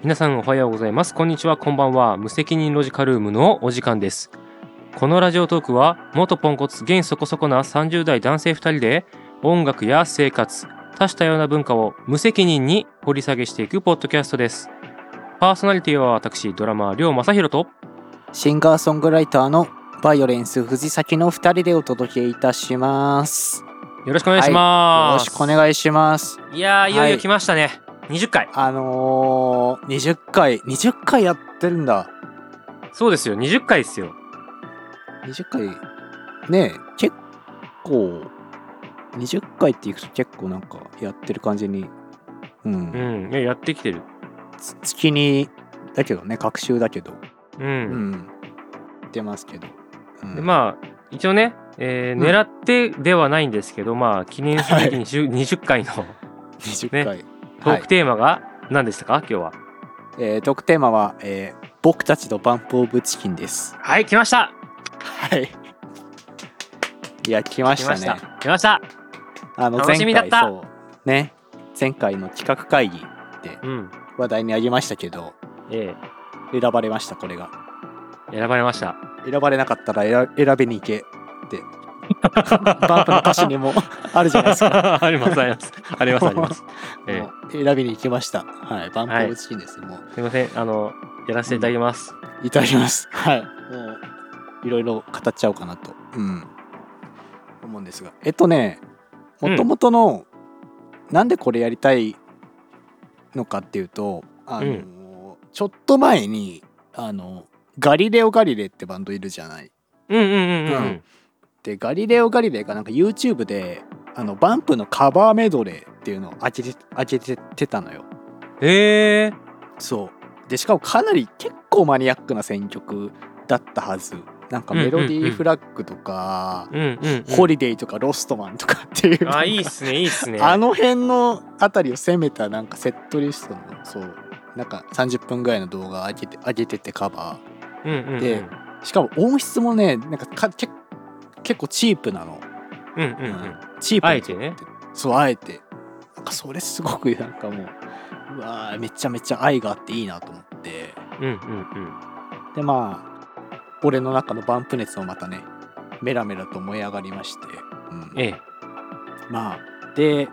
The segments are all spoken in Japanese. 皆さんおはようございますこんにちはこんばんは無責任ロジカルームのお時間ですこのラジオトークは元ポンコツ現そこそこな30代男性2人で音楽や生活多種多様な文化を無責任に掘り下げしていくポッドキャストですパーソナリティは私ドラマー亮正宏とシンガーソングライターのバイオレンス藤崎の2人でお届けいたします。よよろしくお願いしまろす、しくお願いします。いやーいよいはよい来ましたね、20回あのー、20回、20回やってるんだ。そうですよ20回ですよ20回、ねえ、結構、20回っていくと結構なんかやってる感じに、うん、うんいややってきてるつ月に、だけどね、隔週だけど、う、うんん、出ますけど。うんでまあ一応ね、えーうん狙ってではないんですけど、まあ記念すべきは 20, 20回 の20回、トはーいクテーマが何でしたか、今日はえー、トークテーマは、えー僕たちとバンプ・オブ・チキン」です。はい来ましたはい。いや、来ま来しまたしね。た来ましたあの楽しみだったそうね、前回の企画会議でうん話題にあげましたけど、え選ばれました、これが。え選ばれま した選ばれなかったら選選べに行けって。バンプの歌詞にもあるじゃないですか。ありますあります ありますあります、 ええもう選びに行きました。はい。バンプ・オブ・チキンです。もう、すいませんあのやらせていただきます、いただきます。 はい。もう、いろいろ語っちゃおうかなと。うん。思うんですが。えっとね、うんもともとの、なんでこれやりたいのかっていうと、あの、うちょっと前に、あの、ガリレオ・ガリレイってバンドいるじゃない。うんうんうんうんううんんで、ガリレオ・ガリレイがなんか YouTube で、あの、バンプのカバーメドレーっていうのを開けて、開けててたのよ。ええそうでしかもかなり結構マニアックな選曲だったはずなんかメロディーフラッグとか、うんうん、うん、ホリデーとかロストマンとかっていうあいいっすねいいっすねあの辺のあたりを攻めたなんかセットリストのそうなんか30分ぐらいの動画上げて上げててカバうんうんうんでーしかも音質もねなんかかけ結構チープなの、うんうんううんチープあなえてねそうあえてなんかそれすごくなんかもううわーめちゃめちゃ愛があっていいなと思ってうんうんうんでまあ俺の中のバンプ熱もまたねメラメラと燃え上がりまして、うんええまあで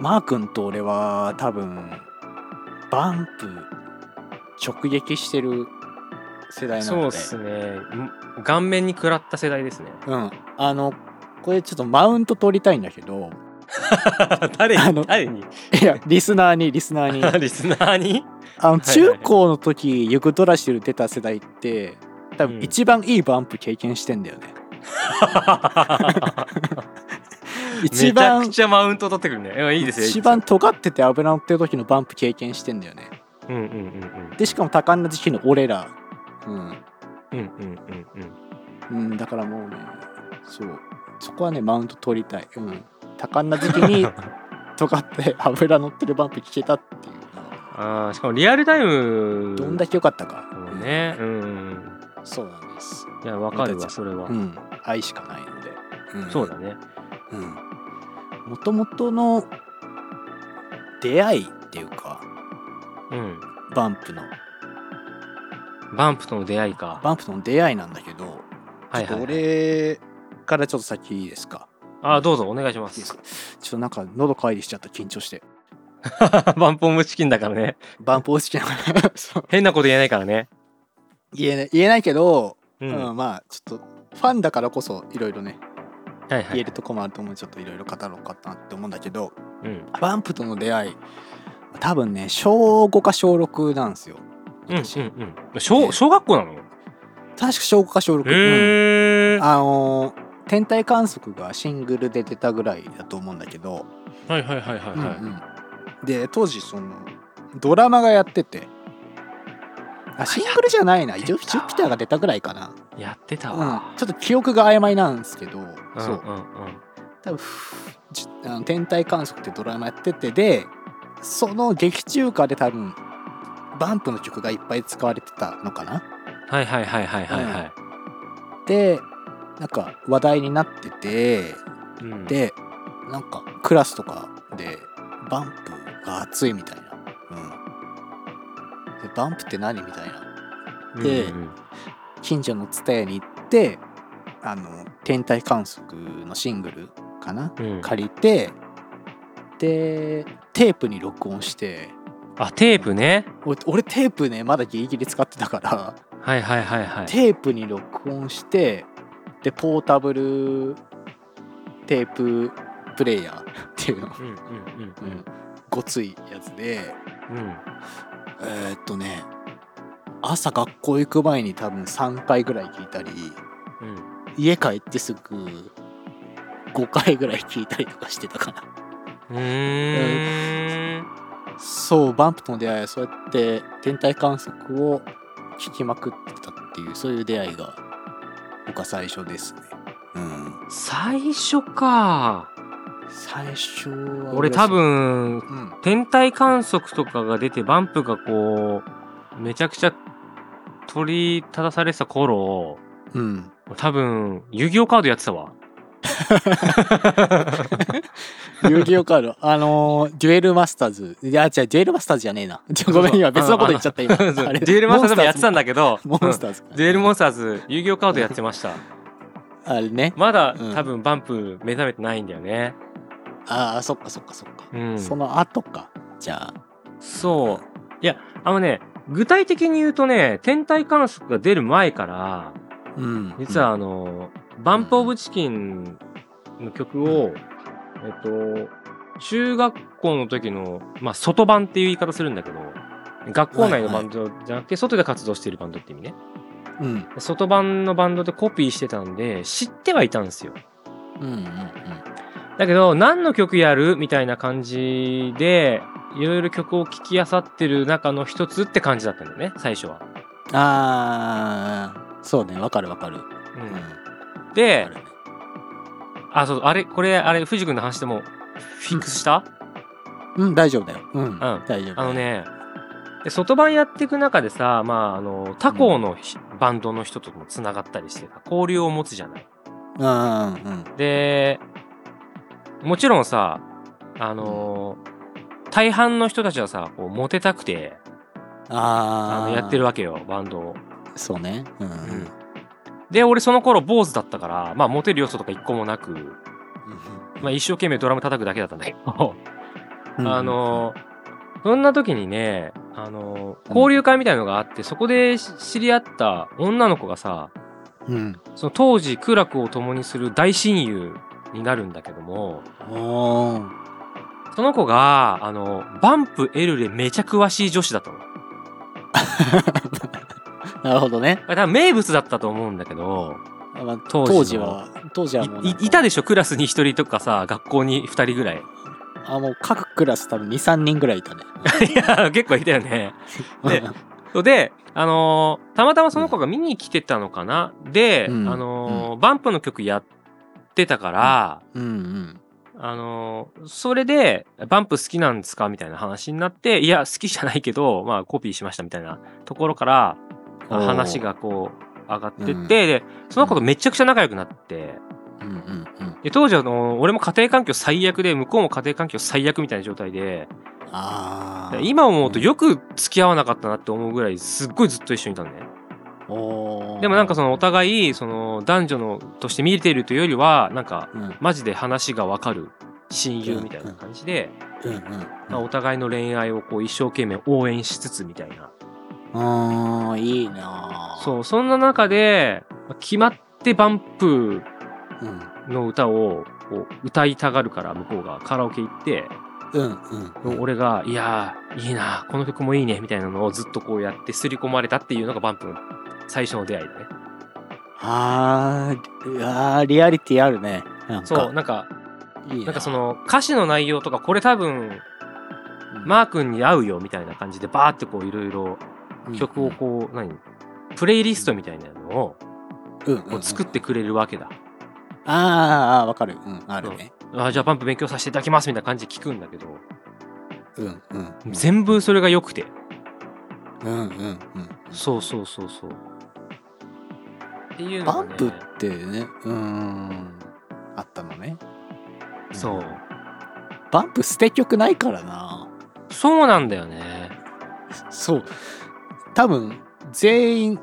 マー君と俺は多分バンプ直撃してる世代なそのうでっすねん顔面に食らった世代ですねうん、あのこれちょっとマウント取りたいんだけど 誰あのに誰にいやリスナーにリ スナーにリスナーにあのいはいは中い高の時「ゆくドラシル」出た世代って多分一番いいバンプ経験してんだよね、 一め番ちゃくちゃマウント取ってくるねうんいいですよいいです一よ番尖ってて油乗ってる時のバンプ経験してんだよねうんうんうんでしかも多感な時期の俺らうん、うんうんうんうんうんうん、だからもうねそうそこはねマウント取りたい、うん、多感な時期 に尖って油乗ってるバンプ聞けたっていうのがあーしかもリアルタイムどんだけ良かったか、そうねうんうんうんそうなんですいやわかる俺わたちそれは、うん愛しかないので、うん、そうだねもともとの出会いっていうかうんバンプのバンプとの出会いかバンプとの出会いなんだけどはいはい、はい、俺からちょっと先いいですかあーどうぞお願いしまいいですすかちょっとなんか喉かいりしちゃった緊張して バンポムチキンだからねバンプ落ちてなが らそう変なこと言えないからね言えない言えないけど、う、うんんはまあちょっとファンだからこそいろいろねいは言えいるとこもあると思うちょっといろいろ語ろうかなって思うんだけどうんバンプとの出会い多分ね小5か小6なんですようんうん私うん小小学校なの確か小5か小6、うんへえーあのー天体観測がシングルで出たぐらいだと思うんだけど、はいはいはいはいはい、うんうんで当時そのドラマがやっててあシングルじゃないなやっジてュたジュピターが出たぐらいかな、やってたうわん、、ちょっと記憶が曖昧なんですけど、うん、そうんううん多分ふじあの天体観測ってドラマやっててでその劇中歌で多分バンプの曲がいっぱい使われてたのかなはいはいはいはいはいはい、でなんか話題になっててうん、でなんかクラスとかでバンプが熱いみたいな、でバンプって何みたいなでうんうん近所の蔦屋に行ってあの天体観測のシングルかなうんうん借りてでテープに録音してあテープね俺俺テープねまだギリギリ使ってたからはいはいはいはいテープに録音してでポータブルテーププレイヤーっていうの、うんうんううんん、ごついやつでうんうんえーっとね朝学校行く前に多分3回ぐらい聞いたりうん家帰ってすぐ5回ぐらい聞いたりとかしてたかなうーんそうバンプとの出会いはそうやって天体観測を聞きまくってたっていうそういう出会いが僕は最初ですねうん最初か最初は俺多分うん天体観測とかが出てバンプがこうめちゃくちゃ取り立たされてた頃うん多分遊戯王カードやってた わ遊戯王カードあのーデュエルマスターズいや違うデュエルマスターズじゃねえな ちょごめん今別のこと言っちゃっ た今デュエルマスターズもやってたんだけどモンスターズうんデュエルモンススターズ遊戯王カードやってましたターズあれねまだうん多分バンプ目覚めてないんだよねああそっかそっかそっか、うんその後かじゃあそういやあのね具体的に言うとね天体観測が出る前からうん実はあの、バンプ・オブ・チキンの曲を、えっと、中学校の時の、まあ、外版っていう言い方するんだけど、学校内のバンドじゃなくて、外で活動しているバンドって意味ね。うん外版のバンドでコピーしてたんで、知ってはいたんですよ。うんうんうんだけど、何の曲やるみたいな感じで、いろいろ曲を聴きあさってる中の一つって感じだったんだよね、最初は。ああそうねわかるわかる、ううんん、であ、るねあ、そうそう、あれ、これ、あれ、藤君の話でも、フィックスした、うん大丈夫だようん、ん大丈夫あのね、で外番やっていく中でさ、まあ、あの、他校のひ、バンドの人ともつながったりしてさ交流を持つじゃない。うんうんうんで、もちろんさ、あの、大半の人たちはさ、こうモテたくて、あのああやってるわけよ、バンドを。そうねうん、うんうんで、俺その頃坊主だったから、まあ、モテる要素とか一個もなく、まあ、一生懸命ドラム叩くだけだったんだけど、うんあのそんな時にね、あの交流会みたいのがあって、そこでし知り合った女の子がさ、うんその当時苦楽を共にする大親友になるんだけども、おーその子が、あの、バンプエルレめちゃ詳しい女子だったの。だかなるほどね、ら多分名物だったと思うんだけど、まあ、当時の当時は当時はもいうないんかいたでしょクラスに一人とかさ、学校に二人ぐらい。 あもう各クラス多分23人ぐらいいたねいや、結構いたよね。 ねそうで、あのーたまたまその子が見に来てたのかな。で、うんあのーバンプの曲やってたから、 うんうんあのーそれで、バンプ好きなんですかみたいな話になって、いや、好きじゃないけど、まあ、コピーしましたみたいなところから、おー話がこう、上がってって、うんで、その子とめちゃくちゃ仲良くなって、うんうんうんで、当時、あのー俺も家庭環境最悪で、向こうも家庭環境最悪みたいな状態で、ああ今思うとよく付き合わなかったなって思うぐらい、すっごいずっと一緒にいたのね。おーでもなんかそのお互いその男女のとして見ているというよりはなんかうんうんマジで話がわかる親友みたいな感じで、うんまあ、お互いの恋愛をこう一生懸命応援しつつみたいなうんうんいいなあそうそんな中でまあ決まってバンプうんの歌をこう歌いたがるから向こうがカラオケ行ってうんうん俺が「いやーいいなこの曲もいいね」みたいなのをずっとこうやって刷り込まれたっていうのがバンプの最初の出会いだね。あーあーリアリティあるねなんかそうなんかいいなんかその歌詞の内容とかこれ多分マー君に合うよみたいな感じでバーってこういろいろ曲をこう何プレイリストみたいなのをうんうんうんこう作ってくれるわけだ。あーあーわかるうんあるねあじゃあバンプ勉強させていただきますみたいな感じで聞くんだけどうんうん全部それが良くてうんうんうんそうそうそうそう。っていうのバが、ンね、プってねうーんあったのねそうバンプ捨て曲ないからなそうなんだよね。そう多分全員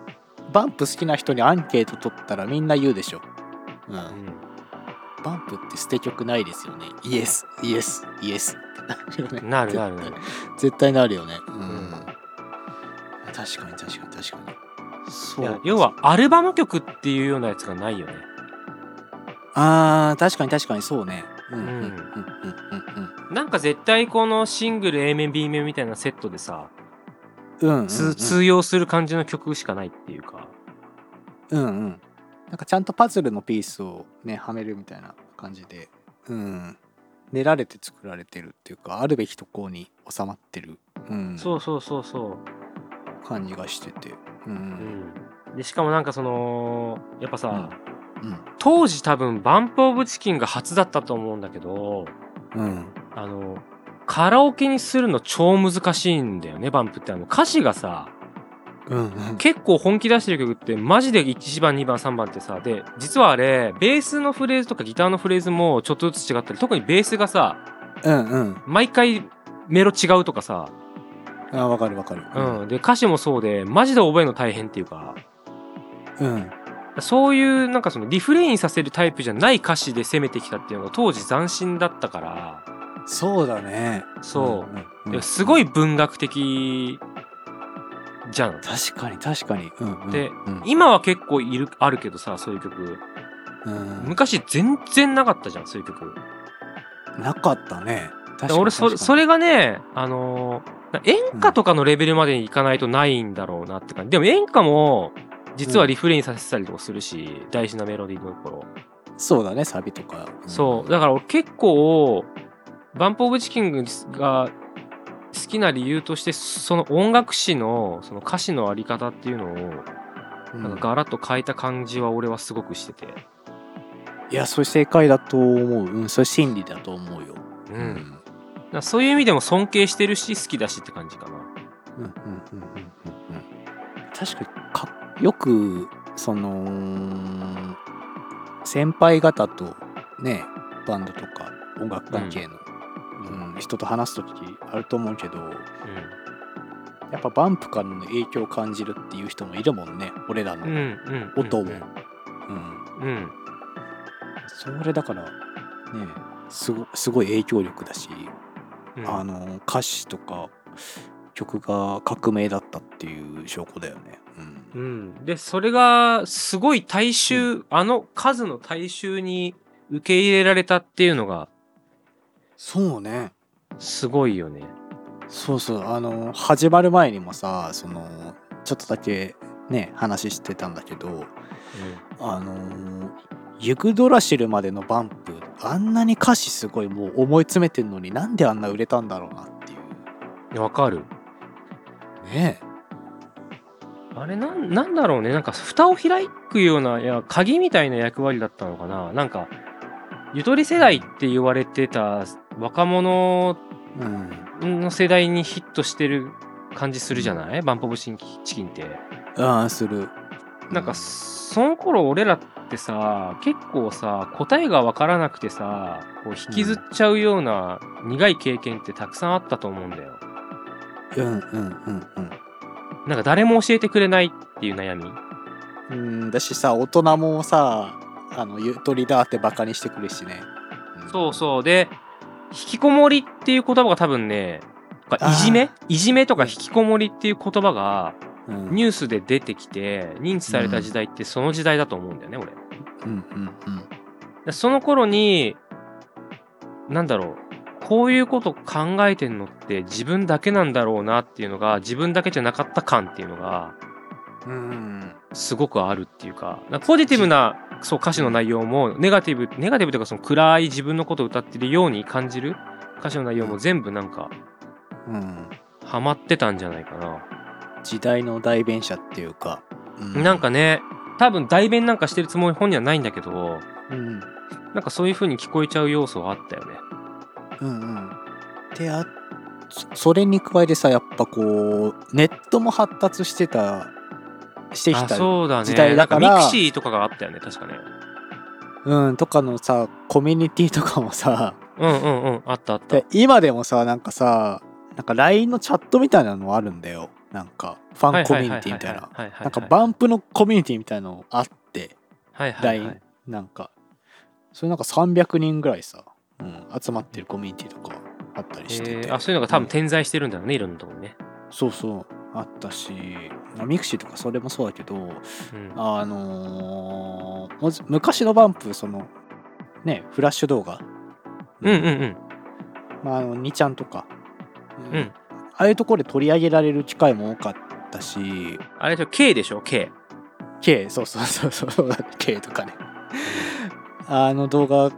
バンプ好きな人にアンケート取ったらみんな言うでしょ、うん、バうんンプって捨て曲ないですよねイエスイエスイエスってなるよねなるなるな絶る対絶対なるよねうん、ん確かに確かに確かにいそや要はアルバム曲っていうようなやつがないよねあー確かに確かにそうねうんうんうんうんうんなんか絶対このシングル A 面 B 面みたいなセットでさ、うんうんうんうんつ通用する感じの曲しかないっていうかうんうんなんかちゃんとパズルのピースをねはめるみたいな感じでうん練られて作られてるっていうかあるべきところに収まってる、うん、そうそうそうそう感じがしててううんんでしかもなんかそのやっぱさ、うん当時多分バンプ・オブ・チキンが初だったと思うんだけどうんあのカラオケにするの超難しいんだよねバンプってあの歌詞がさうんうん結構本気出してる曲ってマジで1番2番3番ってさで実はあれベースのフレーズとかギターのフレーズもちょっとずつ違ったり特にベースがさうんうん毎回メロ違うとかさ、あわかるわかるうん、で歌詞もそうでマジで覚えるの大変っていうかうんそういうなんかそのリフレインさせるタイプじゃない歌詞で攻めてきたっていうのが当時斬新だったからそうだねそう、んんで、すごい文学的じゃん。確かに確かにうんうんでうん今は結構いるあるけどさそういう曲うん昔全然なかったじゃんそういう曲なかったねだ確かかにら俺そ確かにそれがねあのーな演歌とかのレベルまでにいかないとないんだろうなって感じでも演歌も実はリフレインさせてたりとかするし、大事なメロディーのところ、そうだねサビとかそうだから俺結構バンプ・オブ・チキングが好きな理由としてその音楽史のその歌詞のあり方っていうのをうんなんかガラッと変えた感じは俺はすごくしてて、いやそれ正解だと思ううんそれ真理だと思うよううんだからそういう意味でも尊敬してるし好きだしって感じかなうんうんうんうんうんうん確かにかよくその先輩方とねバンドとか音楽関係の、うん人と話す時あると思うけどやっぱバンプからの影響を感じるっていう人もいるもんね俺らの、うん、うんうんうん音をうんうんそれだからねすごすごい影響力だし、うんあの歌詞とか曲が革命だったっていう証拠だよね。ううんん、でそれがすごい大衆、あの数の大衆に受け入れられたっていうのがそうねすごいよね。そうそうあの始まる前にもさそのちょっとだけね話してたんだけどあのユグドラシルまでのバンプあんなに歌詞すごいもう思い詰めてんのになんであんな売れたんだろうなっていううんわかる。ねあれなんなんだろうねなんか蓋を開くようないや鍵みたいな役割だったのかななんかゆとり世代って言われてた若者うんの世代にヒットしてる感じするじゃない、バンポブチキンって。ああするなんうかその頃俺らってさ結構さ答えが分からなくてさこう引きずっちゃうような苦い経験ってたくさんあったと思うんだよ。うんうんうんうんなんか誰も教えてくれないっていう悩み。うんだしさ大人もさあのゆとりだってバカにしてくるしね、んそうそうで引きこもりっていう言葉が多分ねなんかいじめいじめとか引きこもりっていう言葉がうん、うん、ニュースで出てきて認知された時代ってその時代だと思うんだよね俺。うんうんうんでその頃に、なんだろう、こういうこと考えてんのって自分だけなんだろうなっていうのが、自分だけじゃなかった感っていうのが、うんすごくあるっていうか、なんかポジティブなそう歌詞の内容も、ネガティブ、ネガティブというか、その暗い自分のことを歌ってるように感じる歌詞の内容も全部なんか、うんハマってたんじゃないかな。時代の代弁者っていうか、うなんかね、多分代弁なんかしてるつもり本にはないんだけど、うんなんかそういう風に聞こえちゃう要素はあったよね。うんうんであそそれに加えてさやっぱこうネットも発達してたしてきあ、たそうだね。時代だからなんミクシーとかがあったよね、確かね。うんとかのさコミュニティとかもさうんうんうんあったあったで今でもさなんかさなんか LINE のチャットみたいなのあるんだよなんかファンコミュニティみたいななんかバンプのコミュニティみたいなのあってはいはいはい LINE なんかそれなんか300人ぐらいさ、うん、集まってるコミュニティとかあったりしてて、えーあそういうのが多分点在してるんだろうね、いろんなところにね、そうそうあったしミクシーとかそれもそうだけどうんあのーもず昔のバンプそのねフラッシュ動画、うんうんうんまあ、あの2ちゃんとか、うんああいうところで取り上げられる機会も多かったしあれでしょ K でしょ K K そうそうそうそうそう K とかねあの動画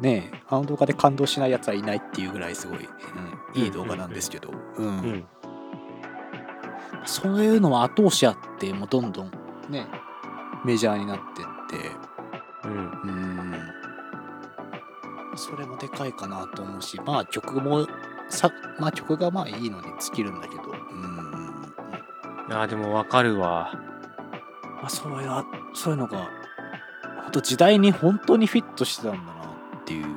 ねあの動画で感動しないやつはいないっていうぐらいすごい、うん、いい動画なんですけど、うんうんそういうのは後押しあってもうどんどんねメジャーになってってうんうんそれもでかいかなと思うしまあ曲もさまあ曲がまあいいのに尽きるんだけどうんあーでもわかるわまあ、そういうあそういうのが本当時代に本当にフィットしてたんだなっていう、うん、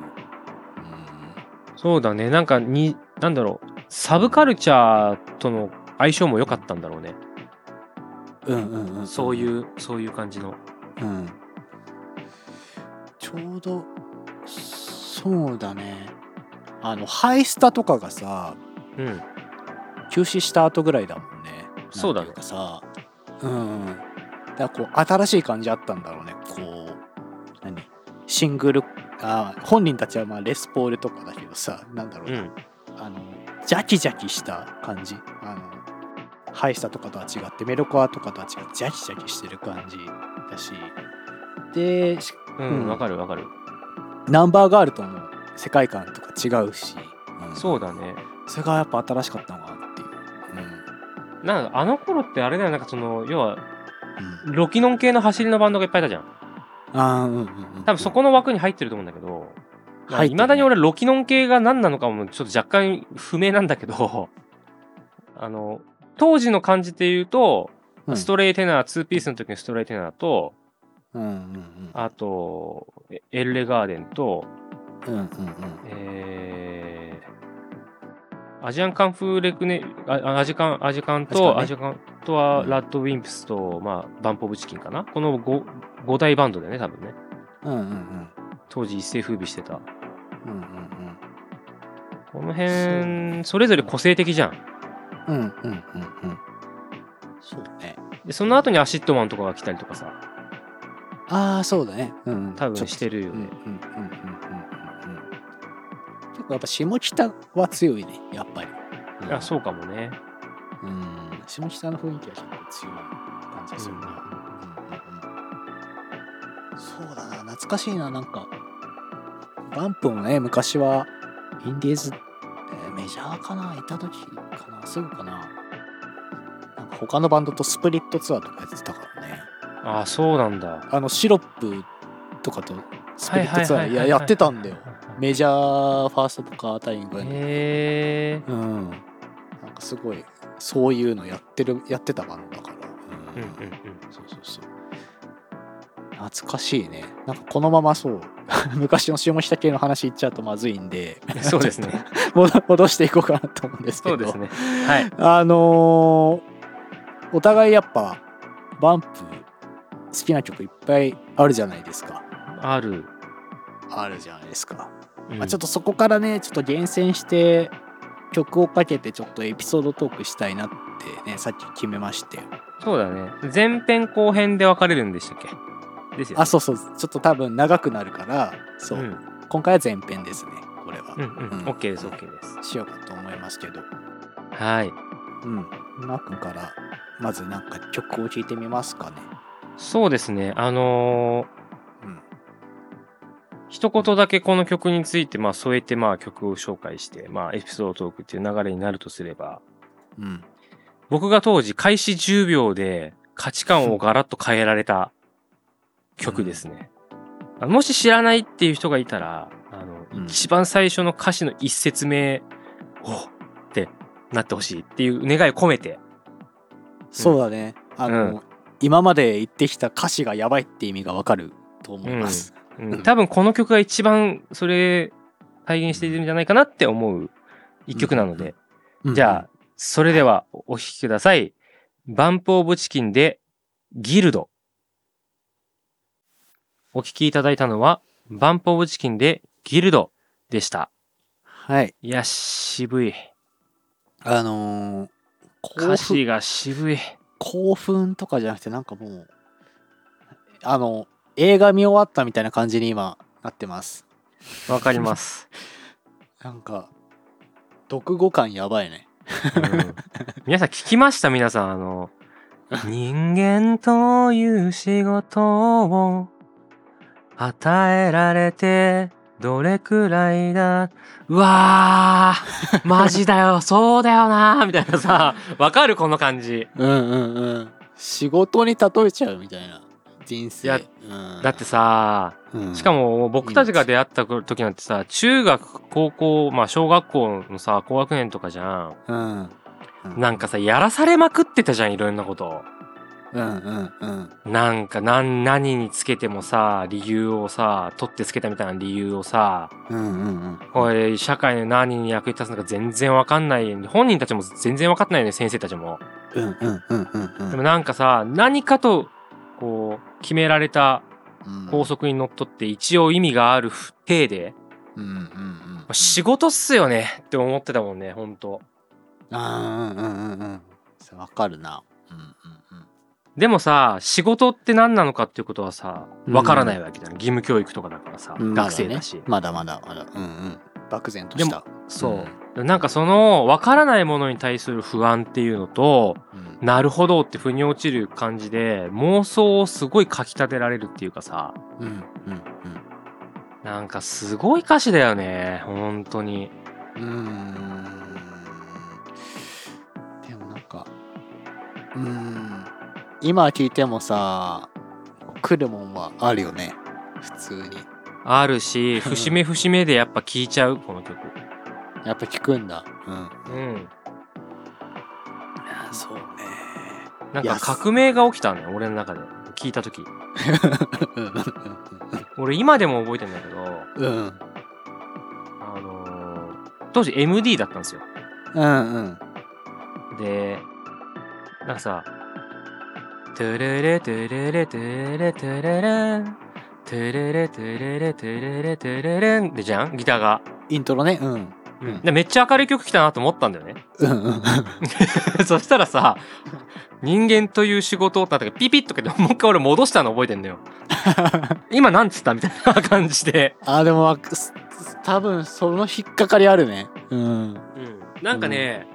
そうだねなんかになんだろうサブカルチャーとの相性も良かったんだろうねうんうんうんそういうそういう感じのうん、ちょうどそうだねあのハイスタとかがさうん休止した後ぐらいだもんねそうだねなんていかさうんだからこう新しい感じあったんだろうねこう何シングルあ本人たちはまあレスポールとかだけどさなんだろううな、んあのジャキジャキした感じあのハイスタとかとは違ってメロコアとかとは違ってジャキジャキしてる感じだしでしうんうんわかるわかるナンバーガールとの世界観とか違うし、うんそうだねそれがやっぱ新しかったのかなっていう、なんかあの頃ってあれだよなんかその要はうんロキノン系の走りのバンドがいっぱいいたじゃんうん、あーうんうんうん多分そこの枠に入ってると思うんだけど入ってるねいまだに俺ロキノン系が何なのかもちょっと若干不明なんだけどあの当時の感じっていうと、うんストレイテナー2ピースの時のストレイテナーとうんうんうんあとえエルレガーデンと、うんうんうんえーアジアンカンフーレクネああアジカンアジカンとアアジジカンとはうんラッドウィンプスと、まあ、バンポブチキンかなこの 5, 5大バンドだよね多分ねうんうんうん当時一世風靡してたうんうんこの辺それぞれ個性的じゃんうんうんうんうんうんそうねでその後にアシッドマンとかが来たりとかさああそうだねうんうん多分してるよねうんうんうんうんうんうん結構やっぱ下北は強いねやっぱり、うんあそうかもねうん下北の雰囲気は結構強い感じがするな、そうだな懐かしいななんかバンプもね昔はインディーズ、えーメジャーかないた時かなすぐかななんか他のバンドとスプリットツアーとかやってたからねあそうなんだあのシロップとかとスプリットツアはいはいはいはいーいややってたんだよメジャーファーストとかあたりぐらいのへえうんなんかすごいそういうのやってるやってたバンドだからうんうんうんそうそうそう。懐かしいね。なんかこのままそう、 昔の下北系の話言っちゃうとまずいんで、 そうですね。戻戻していこうかなと思うんです けそど、うですね。はい。あのーお互いやっぱ、バンプ、好きな曲いっぱいあるじゃないですか。ある。あるじゃないですか。ままあ、ちょっとそこからね、ちょっと厳選して、曲をかけてちょっとエピソードトークしたいなってね、さっき決めまして。そうだね。前編後編で分かれるんでしたっけですよね。あ、そうそう、ちょっと多分長くなるから、そう、うん今回は前編ですねこれは、うんうん。うん OK です、OK です。しようかと思いますけどはい。うんマー君からまずなんか曲を聴いてみますかねそうですね。あのーうん一言だけこの曲について、まあ、添えて、まあ、曲を紹介して、まあ、エピソードトークっていう流れになるとすれば、うん僕が当時、開始10秒で価値観をガラッと変えられた曲ですね。あもし知らないっていう人がいたら、あの、うん一番最初の歌詞の一節目をってなってほしいっていう願いを込めて、そうだねあの、う今まで言ってきた歌詞がやばいって意味がわかると思います、うん多分この曲が一番それ体現しているんじゃないかなって思う一曲なので、うんじゃあ、それではお聴きください。バンプオブチキンでギルド。お聞きいただいたのは、バンプオブチキンでギルドでした。はい。いや、渋い。あのー歌興奮詞が渋い。興奮とかじゃなくてなんかもうあの映画見終わったみたいな感じに今なってますわかります。なんか読語感やばいねうん皆さん聞きました皆さんあの人間という仕事を与えられてどれくらいだうわーマジだよそうだよなーみたいなさわかるこの感じうんうんうん仕事に例えちゃうみたいな人生いやうんだってさうんしかも僕たちが出会った時なんてさ中学高校まあ小学校のさ高学年とかじゃうんんなんかさやらされまくってたじゃんいろんなことうんうんうんなんか何何につけてもさ理由をさ取ってつけたみたいな理由をさうんうんこれ社会の何に役に立つのか全然わかんない本人たちも全然わかってないね先生たちも。うんうんうんうんうんでもなんかさ何かとこう決められたうん法則にのっとって一応意味がある体でうんうんうんまあ仕事っすよねって思ってたもんねほんと。あーうんうんうんうんそうわかるなうんうんでもさ仕事って何なのかっていうことはさわからないわけじゃん義務教育とかだからさうん学生だし。まだまだまだうんうん漠然としたそう、なんかその分からないものに対する不安っていうのとうんなるほどって腑に落ちる感じで妄想をすごいかきたてられるっていうかさうんうんなんかすごい歌詞だよね本当にうんうんでもなんかうん今聞いてもさ来るもんはあるよね普通にあるし節目節目でやっぱ聴いちゃうこの曲やっぱ聞くんだうんうんそうねなんいやか革命が起きたね俺の中で聴いた時俺今でも覚えてんだけどうんうんあのー当時 MD だったんですようんうんで、なんかさ、トゥルルトゥルルトゥルトゥルルン、トゥルルトゥルルトゥルルトゥルルンでじゃんギターが。イントロねうんうんで、めっちゃ明るい曲来たなと思ったんだよね。 うんうんそしたらさ、人間という仕事をってなったからピピッとかでもう一回俺戻したの覚えてんだ よ。今なんつったみたいな感じで。あーでもわかす多分その引っかかりあるねうんなんかね、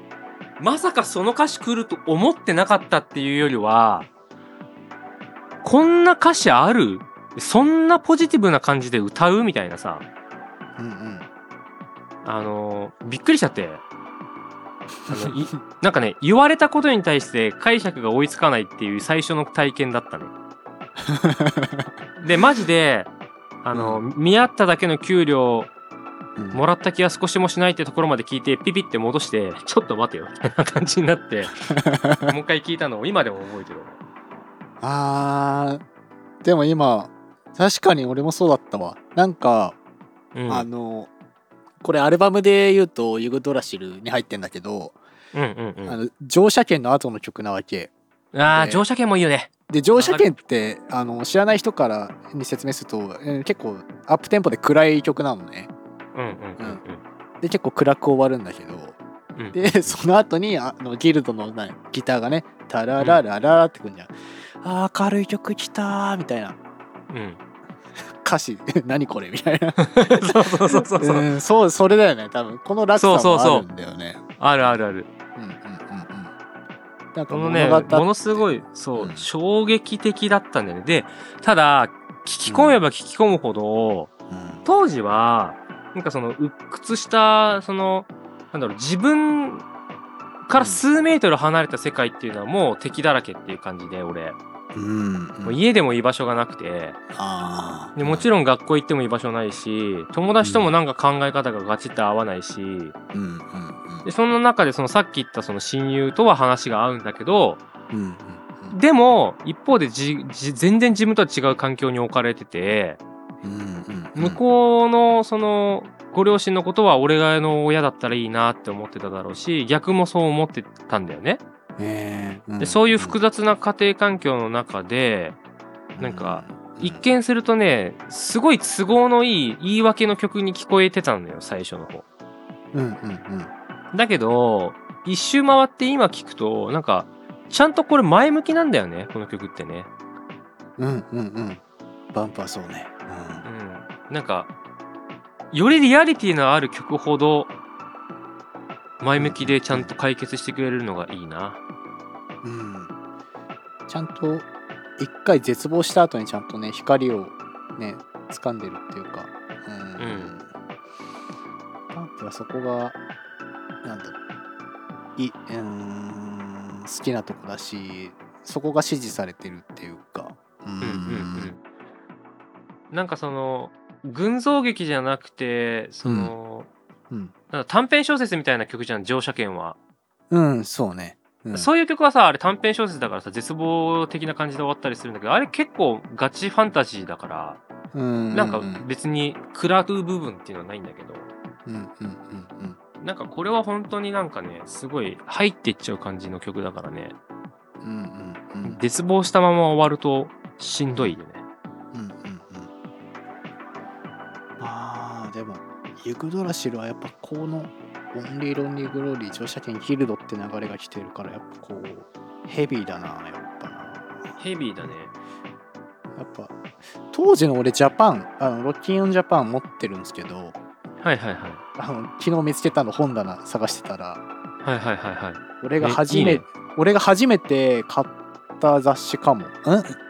まさかその歌詞来ると思ってなかったっていうよりは、こんな歌詞あるそんなポジティブな感じで歌うみたいなさ、うんあの、びっくりしちゃって。あのいなんかね、言われたことに対して解釈が追いつかないっていう最初の体験だったね。で、マジで、あの、う見合っただけの給料うんもらった気が少しもしないってところまで聞いてピピって戻してちょっと待てよみたいな感じにな ってもう一回聞いたのを今でも覚えてるあーでも今確かに俺もそうだったわなんか、うんあのこれアルバムで言うと「ユグドラシル」に入ってんだけど、うんうんうあんの乗車券の後の曲なわけあーで乗車券もいいよねで乗車券ってあの知らない人からに説明するとえー結構アップテンポで暗い曲なのねうんうんうんで結構暗く終わるんだけどうんうんでその後にあのギルドのなギターがね「タラララララ」ってくんじゃん、あー明るい曲来たーみたいなうん歌詞 何これみたいなそうそうそうそうそううん、そうそれだよね多分この落差そうそうそうもあるんだよねあるあるあるうんうんうんうんなんかこのね物語ものすごいそう、うん衝撃的だったんだよねでただ聞き込めば聞き込むほど、うん当時はなんかその鬱屈したそのなんだろう自分から数メートル離れた世界っていうのはもう敵だらけっていう感じで俺うんもううん家でも居場所がなくてあでもちろろん学校行っても居場所ないし友達ともなんか考え方がガチッと合わないしんうんうんでその中でそのさっき言ったその親友とは話が合うんだけどうんうんでも一方でじじ全然自分とは違う環境に置かれててうんうんうん向こうのそのご両親のことは俺がの親だったらいいなって思ってただろうし逆もそう思ってたんだよね。えーでそういう複服雑な家庭環境の中でなんか一見するとねすごい都合のいい言い訳の曲に聞こえてたんだよ最初の方うんうんうんだけど一周回って今聞くとなんかちゃんとこれ前向きなんだよねこの曲ってねうんうんうんバンパーそうねうんなんかよりリアリティのある曲ほど前向きでちゃんと解決してくれるのがいいなうん、うん、ちゃんと一回絶望した後にちゃんとね光をね掴んでるっていうかうん、うんバンプはそこがなんだろういうん好きなとこだしそこが支持されてるっていうかううんうんうんなんかその群像劇じゃなくてその、うんなんか短編小説みたいな曲じゃん乗車券は、うんそうね、うん、そういう曲はさあれ短編小説だからさ絶望的な感じで終わったりするんだけどあれ結構ガチファンタジーだからうんなんかうん別に食らう部分っていうのはないんだけどうんうんうんなんかこれは本当になんかねすごい入っていっちゃう感じの曲だからねうんうんうんうんうん絶望したまま終わるとしんどいよねうんうんうんまあでもユグドラシルはやっぱこのオンリー・ロンリー・グローリー乗車券ギルドって流れが来てるからやっぱこうヘビーだなやっぱなヘビーだねやっぱ当時の俺ジャパンあのロッキンオンジャパン持ってるんですけどはいはいはいあの昨日見つけたの本棚探してたらはいはいはいはい俺が初めえいいね俺が初めて買った雑誌かもん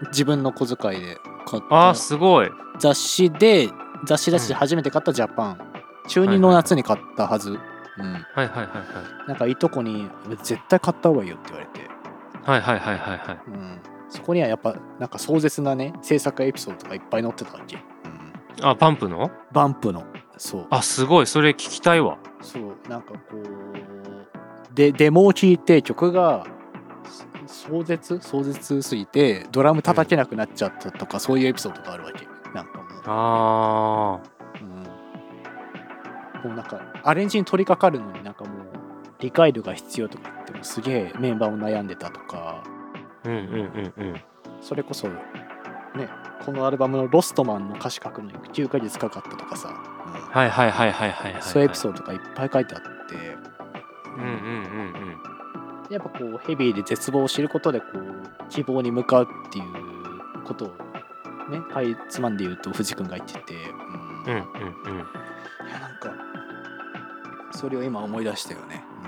自分の小遣いで買ったあーすごい雑誌で雑誌だしうん初めて買ったジャパン、中2の夏に買ったはず、うん、はいはいはいはいなんかいとこに「絶対買った方がいいよ」って言われて、はいはいはいはいはいうん、そこにはやっぱなんか壮絶なね制作エピソードとかいっぱい載ってたわけ、うん、あパンプのバンプのそうあすごいそれ聞きたいわそうなんかこうでデモを聴いて曲がそ壮絶壮絶すぎてドラム叩けなくなっちゃったとか、そういうエピソードがあるわけなんかもうあーもうなんかアレンジに取り掛かるのになんかもう理解度が必要とか言ってもすげえメンバーも悩んでたとかうんうんうんうんそれこそねこのアルバムの「ロストマン」の歌詞書くのに9ヶ月かかったとかさ、はいはいはいはいはいはいそういうエピソーードがいっぱい書いてあって、ドうんうんうんうんやっぱこうヘビーで絶望を知ることでこう希望に向かうっていうことをねかいつまんで言うと藤君が言ってて、うんいうんうんやなんかそれを今思い出したよね。うん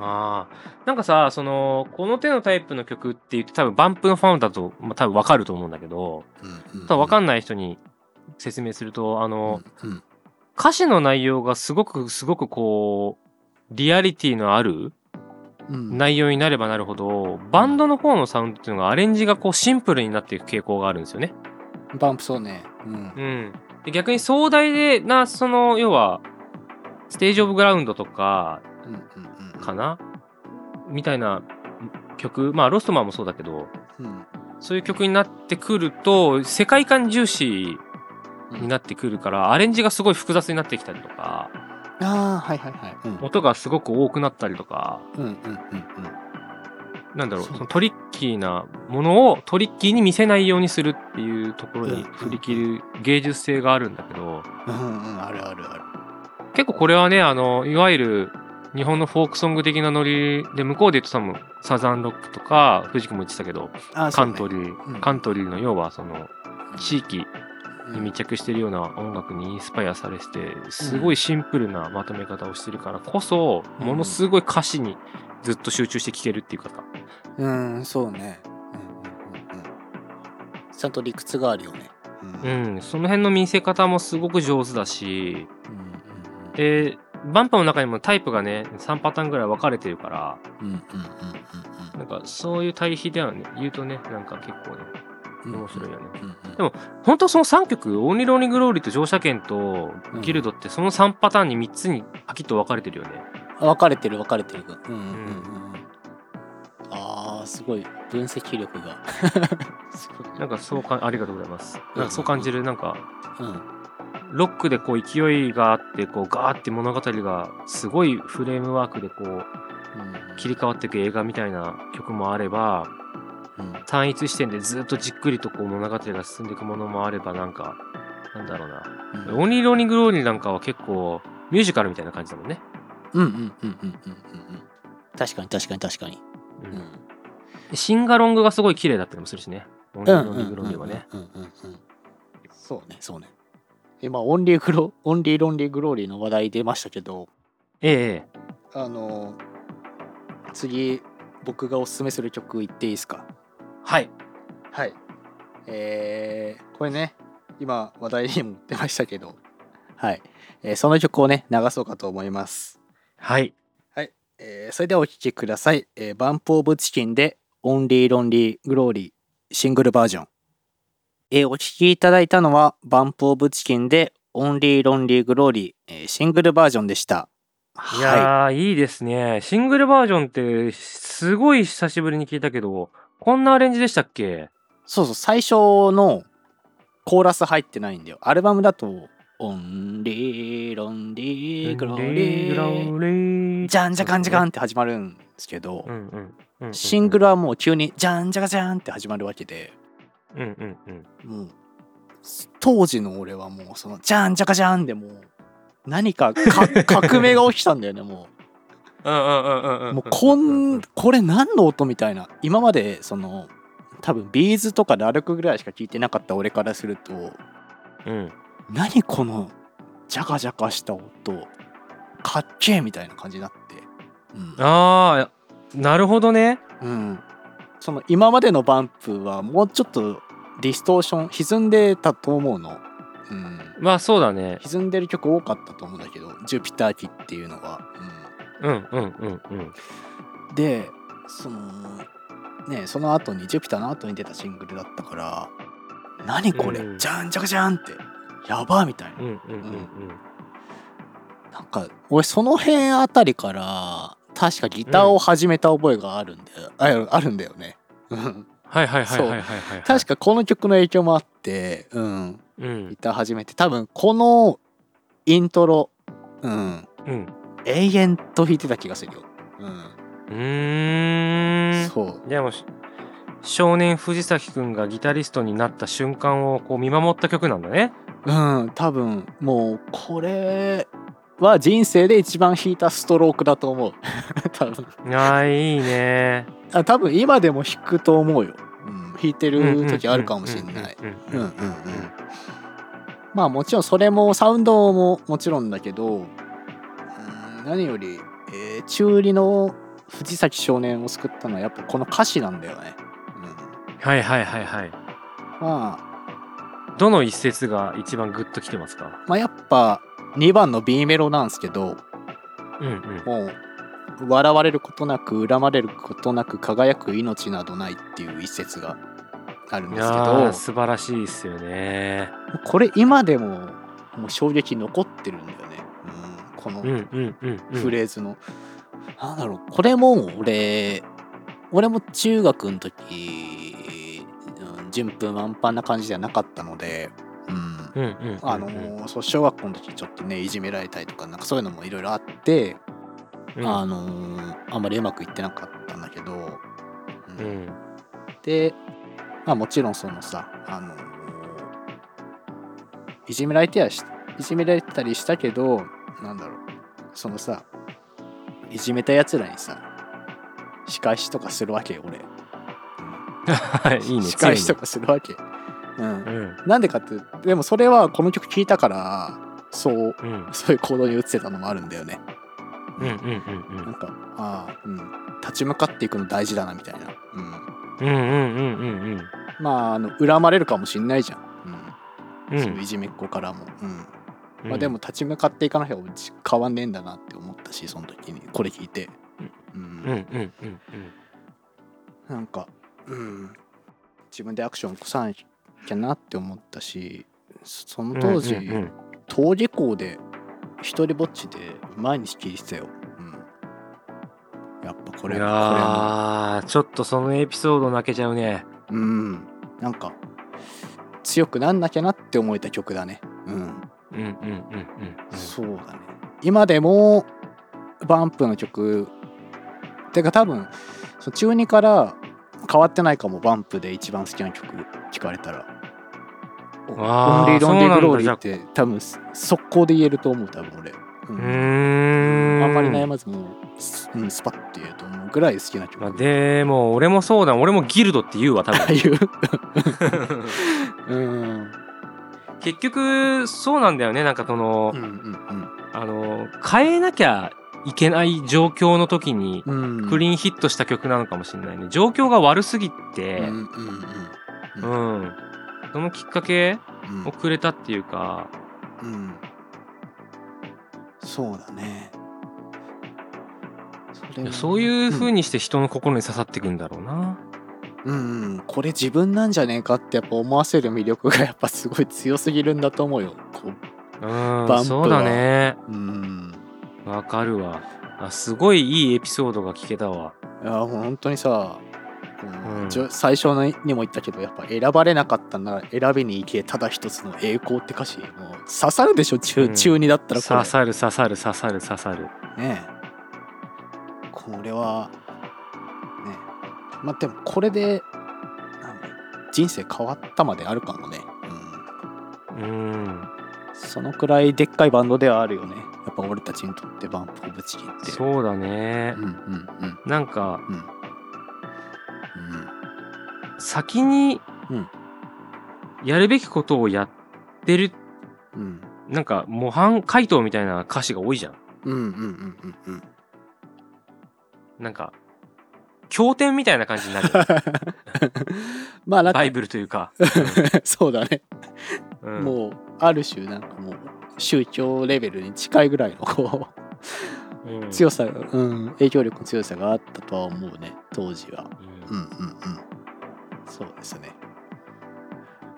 あーなんかさそのこの手のタイプの曲って言って多分バンプのファンだと、まあ、多分わかると思うんだけどただ分かんんない人に説明するとあの、うんうん歌詞の内容がすごくすごくこうリアリティのあるうん内容になればなるほどバンドの方のサウンドっていうのがアレンジがこうシンプルになっていく傾向があるんですよね。バンプそうね。うんう。ん、で逆に壮大でなその要はステージ・オブ・グラウンドとかうんうんうんかなみたいな曲まあロストマンもそうだけどうんそういう曲になってくると世界観重視うんになってくるからアレンジがすごい複雑になってきたりとかああ、はいはいはい。うん音がすごく多くなったりとかうんうんうんなんだろうそうそのトリッキーなものをトリッキーに見せないようにするっていうところにうん振り切る芸術性があるんだけどうん。うんうん、あるあるある。結構これはねあのいわゆる日本のフォークソング的なノリで向こうで言ってたもんサザンロックとか藤君も言ってたけどあーカントリうんーカントリーの要はその地域そうねに密着してるような音楽にインスパイアされててすごいシンプルなまとめ方をしてるからこそうんものすごい歌詞にずっと集中して聴けるっていうかさうん、うんそうね。うんうんうんうん。ちゃんと理屈があるよね。うんうんううんんその辺の見せ方もすごく上手だしうんでバンパの中にもタイプがね3パターンぐらい分かれてるからうんうんうんなんかそういう対比ではね言うとねなんか結構ねうんうん面白いよねうんうんでも本当その3曲「オンリーローニーグローリー」と「乗車券」と「ギルド」ってその3パターンに3つにパキッと分かれてるよねあ分かれてる分かれてるうんうんうんうんああすごい分析力がすごいねなんかそうかありがとうございますなんかそう感じるなんかうんロックでこう勢いがあってこうガーって物語がすごいフレームワークでこう切り替わっていく映画みたいな曲もあればうん単一視点でずっとじっくりとこう物語が進んでいくものもあればなんかなんだろうな「うんオンリー・ローニング・ローリー」なんかは結構ミュージカルみたいな感じだもんね。うんうんうんうんうんうんうん確かに確かに確かにうんうんシンガロングがすごい綺麗だったりもするしね。オンリー・ローニング・ローリーはね。うんうんうんうんうんそうねそうねえまあオンリーグロオンリーロンリーグローリーの話題出ましたけどええあの次僕がおすすめする曲言っていいですかはい。はいえーこれね今話題にも出ましたけどはい、えーその曲をね流そうかと思います、はい。えーそれではお聴きください、えーバンプ・オブ・チキンで「オンリー・ロンリー・グローリー」シングルバージョン、えーお聴きいただいたのはバンプ・オブ・チキンで「オンリー・ロンリー・グローリー」えーシングルバージョンでしたいやー、い、いですね。シングルバージョンって、すごい久しぶりに聞いたけど、こんなアレンジでしたっけそうそう最初のコーラス入ってないんだよアルバムだと「オンリーロンリーグローリー」ーじゃんじゃかんじゃかんって始まるんですけど、うんうんうんうんうん。シングルはもう急に「じゃんじゃかじゃん」って始まるわけでル。うんうんうん。もう当時の俺はもうその「じゃんじゃかじゃん」でもう何か か革命が起きたんだよねもうんうんうんうんううん。もうこうんんこれ何の音みたいな今までその多分ビーズとかラルクぐらいしか聞いてなかった俺からするとうん。何このジャカジャカした音かっけえみたいな感じになって、あー、なるほどね。うんうんその今までのバンプはもうちょっとディストーション歪んでたと思うの、うん、まあそうだね。歪んでる曲多かったと思うんだけど「ジュピター機」っていうのが、うんうんうんうん。うん、でそのねその後に「ジュピター」の後に出たシングルだったから「何これ、うんじゃんじゃかじゃん」ってやばーみたいなうんうんうんうん。なんか俺その辺あたりから確かギターを始めた覚えがあるんだよ、ああるんだよね。うんはいはいはいはいはいはいはい。確かこの曲の影響もあって、うん、うんギター始めて多分このイントロ、うん、うん。永遠と弾いてた気がするよ。ううーん、ん。そうじゃあもうし少年藤崎くんがギタリストになった瞬間をこう見守った曲なんだね。うん多分もうこれは人生で一番弾いたストロークだと 思う多分ああいいね。あ多分今でも弾くと思うよ、うん、弾いてる時あるかもしれない。うんうんううんうんんううんんまあもちろんそれもサウンドももちろんだけど、うん何より、えー中売りの藤崎少年を救ったのはやっぱこの歌詞なんだよね。うんはいはいはいはい。まどの一節が一番グッときてますかあ、まあやっぱ2番の B メロなんですけどうんうん。もう笑われることなく恨まれることなく輝く命などないっていう一節があるんいですけやーど素晴らしいですよね。これ今でももう衝撃残ってるんだよね。うん、このうんうんうん、うん。フレーズの、なんだろうこれも俺俺も中学の時うん順風満帆な感じじゃなかったので、ううんんうんうんうん。あのーそう小学校の時ちょっとねいじめられたりとかなんかそういうのもいろいろあって、うんあのーあんまりうまくいってなかったんだけど、ううんんで、まあ、もちろんそのさあのいじめられてやしいじめられてたりしたけどなんだろうそのさいじめたやつらにさ仕返しとかするわけよ俺はいいいね。仕返しとか。かするわけうんうんなんでかってでもそれはこの曲聴いたからそううんそういう行動に移せたのもあるんだよねうんうんなんかああうん立ち向かっていくの大事だなみたいなうんうんうんうんうんうんうんまああの恨まれるかもしんないじゃん、うんうん。そういういじめっ子からも、うんうんまあ、でも立ち向かっていかなきゃうち変わんねえんだなって思ったしその時にこれ聞いて、ううんんうんうんなんか、うん、自分でアクション起こさなきゃなって思ったしそそうん。の当時、うんうん登下校で一人ぼっちで毎日聞いてたよ、うん、やっぱこいれこれやーもちょっとそのエピソード泣けちゃうね。うんなんか強くなんなきゃなって思えた曲だねうんうんうんうんうんうん。そうだね。今でも、バンプの曲だから多分その中2から変わってないかもバンプで一番好きな曲聞かれたら「オあーンリー・ロンリー・グローリそうなんだー」って多分速攻で言えると思う多分俺、ううんーんあんまり悩まずもうス,、うん、スパッて言えると思うぐらい好きな曲まあ、でも俺もそうだ俺もギルドって言うわ多ああ分 いううん結局そうなんだよねなんかその、うんうんあの変えなきゃいけない状況の時にうんうんクリーンヒットした曲なのかもしれないね状況が悪すぎてうんうんうんううんん、そのきっかけうんをくれたっていうかうんそうだねいそれはやそういう風にして人の心に刺さっていくんだろうな、うんうんこれ自分なんじゃねえかってやっぱ思わせる魅力がやっぱすごい強すぎるんだと思うよこうんバンプはそうだねううんわかるわあすごいいいエピソードが聞けたわいやもう本当にさこううんじょ最初のにも言ったけどやっぱ選ばれなかったなら選びに行けただ一つの栄光って歌詞もう刺さるでしょ中,、うん中2だったらこれ刺さる刺さる刺さる刺さるねえこれはねえまあでもこれでなんだ人生変わったまであるかもね、うんうん、そのくらいでっかいバンドではあるよねやっぱ俺たちにとってバンプ・オブ・チキンってそうだねうんうんうんなんかうん先にうんやるべきことをやってるうんうんなんか模範解答みたいな歌詞が多いじゃんうんうんうんうんうん なんか経典みたいな感じに なるまあなんかバイブルというか、 そうだね、うんもうある種なんかもう宗教レベルに近いぐらいのこううんうん強さが、うん、影響力の強さがあったとは思うね当時はうんうんうんそうですね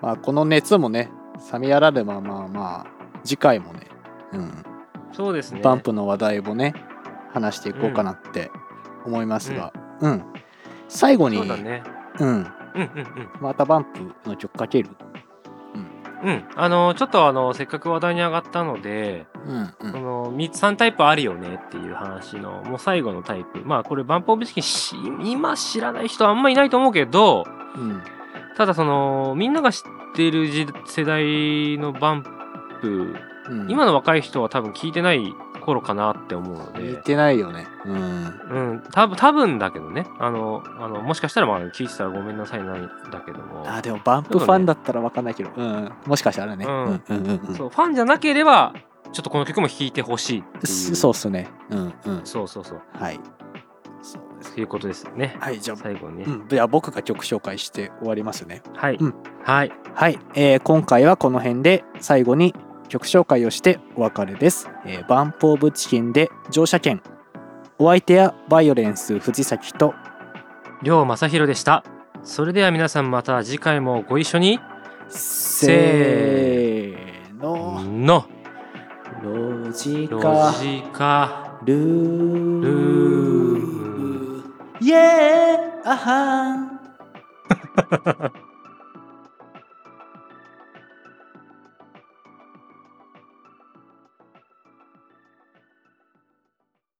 まあこの熱もね冷めやらればまあまあ次回もね、うん、そうですねバンプの話題をね話していこうかなって思いますがうん、最後にそうだねうん、うんうんまたバンプの曲かけるうんうんあのちょっとあのせっかく話題に上がったのでうんうそんの3 3タイプあるよねっていう話のもう最後のタイプまあこれバンプオブチキンし今知らない人あんまいないと思うけどうんただそのみんなが知ってる時世代のバンプうん今の若い人は多分聞いてない頃かなって思うの言っで、てないよねうんうん、多分多分だけどねあのあのもしかしたらまあ聞いてたらごめんなさいなんだけどもあーでもバンプファンだったら分かんないけど、うん、もしかしたらね、うんうんうんうんそうファンじゃなければちょっとこの曲も聴いてほしいっていうすそうっすねうんうんそうそうそうはいそうですということですねはいじゃあ最後にね、うん、では僕が曲紹介して終わりますね。はい、うんはいはい、えー今回はこの辺で最後に曲紹介をしてお別れです。えーバンプ・オブ・チキンで乗車券お相手はバイオレンス藤崎と両正宏でしたそれでは皆さんまた次回もご一緒にせーののロジロカジカルールームイエーアハン